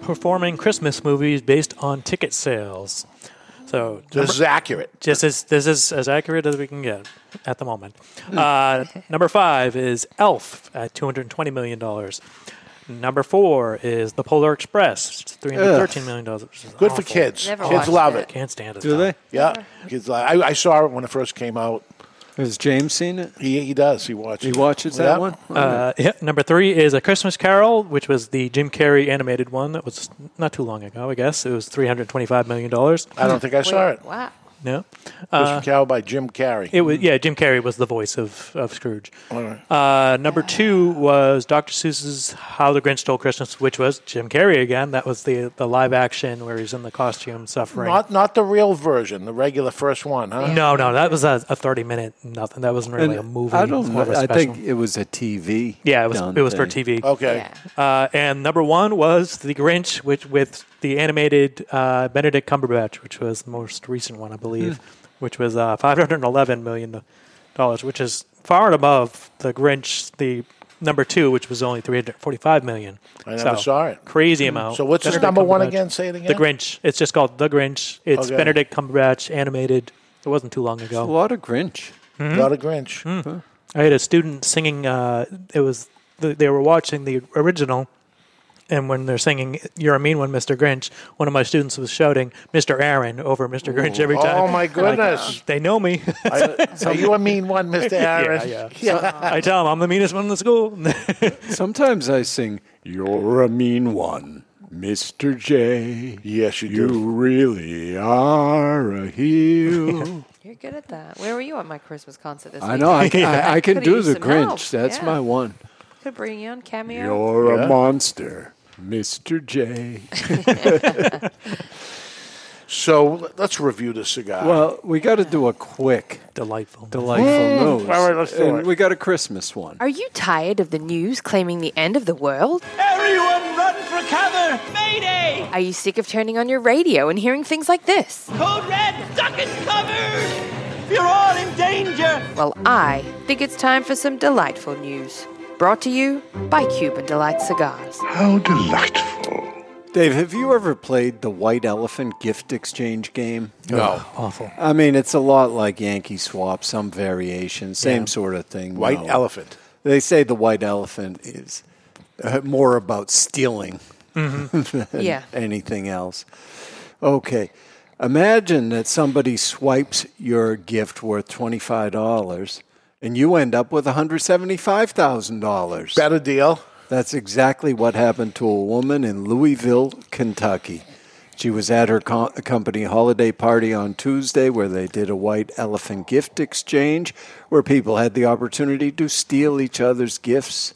B: performing Christmas movies based on ticket sales. So
D: This is accurate.
B: Just as this is as accurate as we can get at the moment. Uh, number five is Elf at two hundred twenty million dollars. Number four is The Polar Express, three hundred thirteen million dollars.
D: Good for kids. Never Kids watched love it. it.
B: Can't stand it.
D: Do
B: they?
D: Yeah, kids like I, I saw it when it first came out.
C: Has James seen it?
D: He, he does. He watches. He
C: watches that one?
B: Uh, yeah, number three is A Christmas Carol, which was the Jim Carrey animated one that was not too long ago, I guess. It was $325 million.
D: I don't think I saw it.
E: Wow.
B: No.
D: Christmas Carol by Jim Carrey.
B: Uh, It was yeah. Jim Carrey was the voice of of Scrooge.
D: All right.
B: Uh, number two was Dr. Seuss's How the Grinch Stole Christmas, which was Jim Carrey again. That was the the live action where he's in the costume suffering.
D: Not not the real version, the regular first one, huh?
B: no, no, that was a, a thirty minute nothing. That wasn't really
C: And
B: a movie.
C: I don't
B: It's more of
C: know.
B: a
C: I
B: special.
C: think it was a TV.
B: Yeah, it was
C: done
B: it was for
C: thing.
B: TV.
D: Okay.
B: Uh, and number one was The Grinch, which with the animated uh, Benedict Cumberbatch, which was the most recent one, I
C: Hmm.
B: believe, which was uh, five hundred eleven million dollars, which is far and above The Grinch, the number two, which was only three hundred forty-five million.
D: I never saw it.
B: Crazy
D: Mm.
C: Hmm.
B: amount.
D: So what's this
B: Benedict
D: number one
B: Cumberbatch.
D: again? Say it again.
B: The Grinch. It's just called The Grinch. It's
D: Okay.
B: Benedict Cumberbatch animated. It wasn't too long
C: A
B: ago.
C: lot of Grinch.
B: Mhm.
D: Not a Grinch.
B: I had a student singing. Uh, it was the, they were watching the original, And when they're singing "You're a Mean One, Mr. Grinch," one of my students was shouting "Mr. Aaron" over Mr. Grinch every
D: Oh,
B: time.
D: my
B: Like,
D: goodness.
B: they know me.
D: Are you a mean one, Mr.
B: Yeah,
D: Aaron?
B: yeah. I tell them I'm the meanest one in the school.
C: Sometimes I sing, You're a mean one, Mr. J.
D: Yes, you,
C: do. You really are a heel.
E: You're good at that. Where were you at my Christmas concert this
C: I
E: week?
C: know, I, I, I can
E: Could've
C: do
E: used
C: the
E: some
C: Grinch.
E: help.
C: That's
E: Yeah.
C: my one.
E: Could bring you on cameo.
C: You're
D: Yeah.
C: a monster, Mr. J.
D: So let's review the cigar.
C: well, we got to do a quick,
B: delightful,
C: delightful
E: Mm.
C: news.
D: All right, let's do
C: And
D: it.
C: We got a Christmas one.
E: Are you tired of the news claiming the end of the world?
K: Everyone run for cover! Mayday!
E: Are you sick of turning on your radio and hearing things like this?
K: Code red, duck and cover! You're all in danger!
E: Well, I think it's time for some delightful news. Brought to you by Cuban Delight Cigars.
C: How delightful. Dave, have you ever played the White Elephant gift exchange game?
D: No.
B: Oh, Awful.
C: I mean, it's a lot like Yankee Swap, some variation, same
D: Yeah.
C: sort of thing.
D: White elephant.
C: They say the white elephant is uh, more about stealing
D: Mhm.
C: than
D: Yeah.
C: Mm-hmm. anything else. Okay. Imagine that somebody swipes your gift worth $25 and you end up with $175,000.
D: Better deal.
C: That's exactly what happened to a woman in Louisville, Kentucky. She was at her co- company holiday party on Tuesday where they did a white elephant gift exchange where people had the opportunity to steal each other's gifts.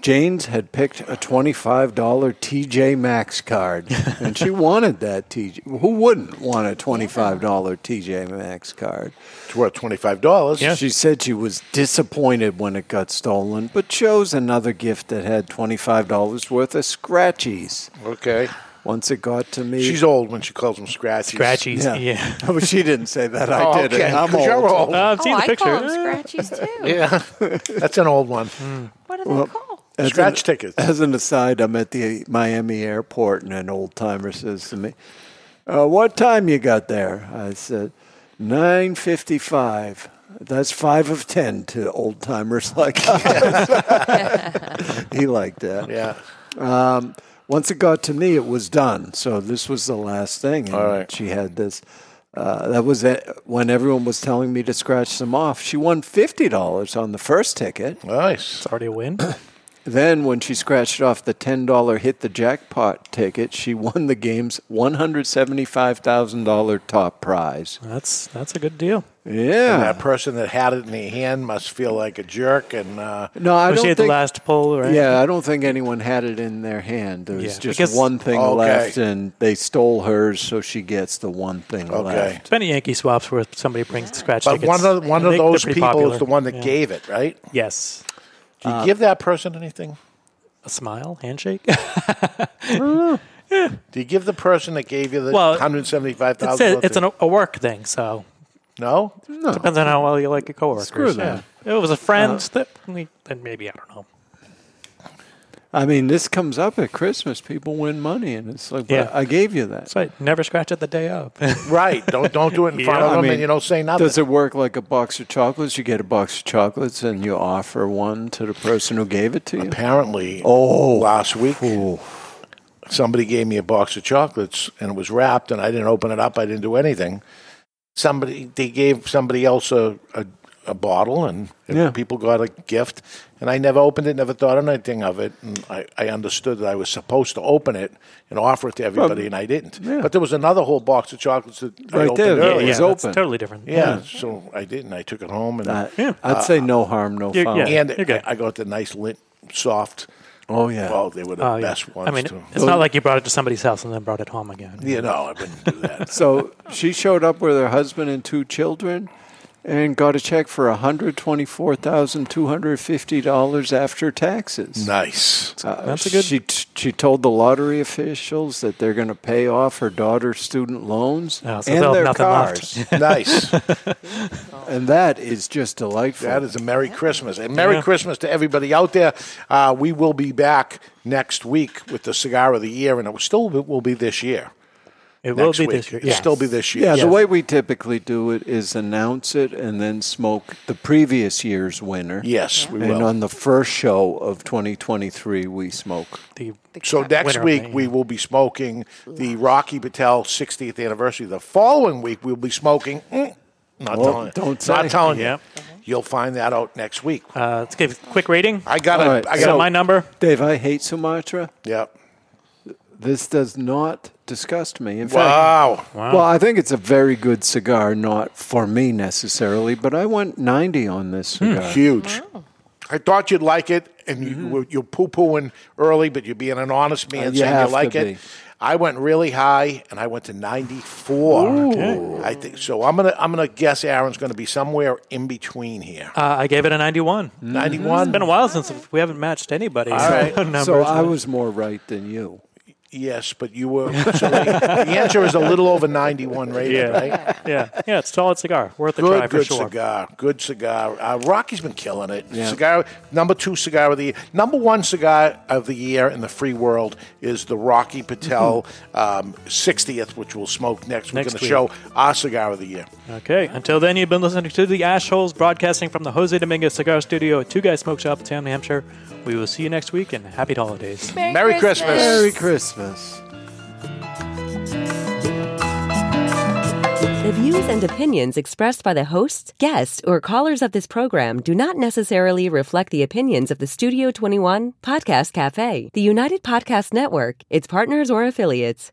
C: Jane's had picked a $25 TJ Maxx card and she wanted that TJ. Who wouldn't want a $25 TJ Maxx card?
D: It's worth $25.
C: She said she was disappointed when it got stolen, but chose another gift that had $25 worth of scratchies.
D: Okay.
C: Once it got to me.
D: She's old when she calls them scratchies.
C: Scratchies, Yeah. yeah. Oh, she didn't say that. I
D: Oh,
C: did it.
D: okay.
C: I'm
D: 'Cause You're
C: old.
D: old.
C: Uh, I've
E: oh,
C: seen the
E: I
C: picture.
E: call them scratchies too.
D: Yeah, that's an old one.
C: Hmm.
E: What are
C: Well,
E: they called?
C: As
D: Scratch
C: an-
D: tickets.
C: As an aside, I'm at the Miami airport, and an old timer says to me, uh, "What time you got there?" I said, 9.55. That's five of ten to old timers like us. he liked that.
D: Yeah.
C: Um, once it got to me, it was done. So this was the last thing. And She had this. Uh, that was it when everyone was telling me to scratch them off. She won fifty dollars on the first ticket.
D: Nice.
C: It's
B: already a win.
C: then, when she scratched off the ten dollar hit the jackpot ticket, she won the game's one hundred seventy five thousand dollar top prize.
B: That's that's a good deal.
D: And
C: Yeah.
D: that person that had it in their hand must feel like a jerk. And uh,
C: No, I don't think,
B: poll, right?
C: Yeah, I don't think anyone had it in their hand. There was
B: Yeah,
C: just
B: because-
C: one thing
B: Okay.
C: left, and they stole hers, so she gets the one thing left.
B: It's been at Yankee swaps where somebody brings scratch
C: But
B: tickets.
C: one of-
D: one
B: I
D: of
B: think they're
D: those
B: pretty
D: people
B: popular.
D: is the one that
B: Yeah.
D: gave it, right?
B: Yes.
D: Do you
B: Uh,
D: give that person anything?
B: A smile, handshake.
D: Do you give the person that gave you the
B: Well,
D: one hundred seventy-five
B: It's,
D: thousand?
B: a, it's an, a work thing, so
D: no.
B: Depends on how well you like your coworkers.
D: Screw
B: yeah.
D: them.
B: If it was a friend,
D: Uh,
B: that- then maybe I don't know.
C: I mean, this comes up at Christmas. People win money, and it's like,
B: Yeah.
C: well, I gave you that.
B: That's right. Never scratch it the day of.
D: right. Don't don't do it in front
C: Yeah.
D: of
C: I
D: them,
C: mean,
D: and you don't say nothing.
C: Does it work like a box of chocolates? You get a box of chocolates and you offer one to the person who gave it to you?
D: Apparently,
C: oh,
D: last week, somebody gave me a box of chocolates and it was wrapped, and I didn't open it up. I didn't do anything. Somebody they gave somebody else a a, a bottle, and
C: Yeah.
D: people got a gift, and I never opened it, never thought anything of it, and I, I understood that I was supposed to open it and offer it to everybody, and I didn't. But there was another whole box of chocolates that I
C: Right
D: opened
C: there, it
D: earlier.
C: was Yeah, that's open. totally different.
D: Yeah,
C: Yeah.
D: so I didn't. I took it home, and
C: Uh, I'd say no harm, no foul.
D: and I, I got the nice lint soft.
C: Oh yeah.
D: Oh, they were the
B: Oh, yeah.
D: best ones.
B: I mean,
D: too.
B: it's not like you brought it to somebody's house and then brought it home again.
D: Yeah, no, I wouldn't do that.
C: so she showed up with her husband and two children and got a check for $124,250 after taxes. Uh,
D: Nice.
B: That's a good-
C: She, she told the lottery officials that they're going to pay off her daughter's student loans
B: Oh, so
C: and
B: they'll have
C: their
B: nothing
C: cars.
B: left. Nice.
C: Oh. and that is just delightful.
D: That is a Merry Christmas. And Merry
C: Yeah.
D: Christmas to everybody out there. Uh, we will be back next week with the cigar of the year, and it will still will be this year.
B: It
D: next
B: will be
D: week.
B: this year.
D: It'll
B: Yes.
D: still be this year.
C: Yeah,
D: Yes.
C: the way we typically do it is announce it and then smoke the previous year's winner.
D: Yes, Yeah. we
C: And
D: will.
C: on the first show of 2023, we smoke.
D: so next
C: winner,
D: week
C: yeah.
D: we will be smoking the Rocky Patel 60th anniversary. The following week we'll be smoking. mm, not
C: Well,
D: telling you.
C: don't say.
D: Not telling
C: Yeah.
D: you. You'll find that out next week.
B: Uh, let's give a quick rating.
D: I got
C: All
D: a,
C: right,
D: I got a-
B: number.
C: Dave, I hate Sumatra.
D: Yep.
C: This does not disgust me. In
D: Wow.
C: Fact,
D: Wow.
C: Well, I think it's a very good cigar, not for me necessarily, but I went 90 on this cigar.
D: Hmm. Huge. I thought you'd like it, and you were you're poo pooing early, but you're being an honest man
C: Mm-hmm. Uh, you
D: saying
C: have
D: you
C: to
D: like it.
C: be.
D: I went really high, and I went to ninety four.
B: Ooh.
D: I think so. I'm gonna I'm gonna guess Aaron's gonna be somewhere in between here.
B: Uh, I gave it a 91.
D: 91?
B: It's been a while since we haven't matched anybody.
D: All right.
B: numbers.
C: So I was more right than you.
D: Yes, but you were. So the the answer is a little over ninety one rated,
B: Yeah.
D: right?
B: Yeah, yeah, it's a solid cigar. Worth a
D: good,
B: try for
D: good
B: sure.
D: cigar. Good cigar. Uh, Rocky's been killing it.
B: Yeah.
D: Cigar number two cigar of the year. Number one cigar of the year in the free world is the Rocky Patel um, 60th, which we'll smoke next.
B: Mm-hmm. Next
D: We're
B: week.
D: going to show our cigar of the year.
B: Okay. Until then, you've been listening to the Ash Holes broadcasting from the Jose Dominguez Cigar Studio at Two Guys Smoke Shop in Town, New Hampshire. We will see you next week and happy holidays.
D: Merry Merry Christmas. Christmas.
C: Merry Christmas.
L: The views and opinions expressed by the hosts, guests, or callers of this program do not necessarily reflect the opinions of the Studio 21 Podcast Cafe, the United Podcast Network, its partners, or affiliates.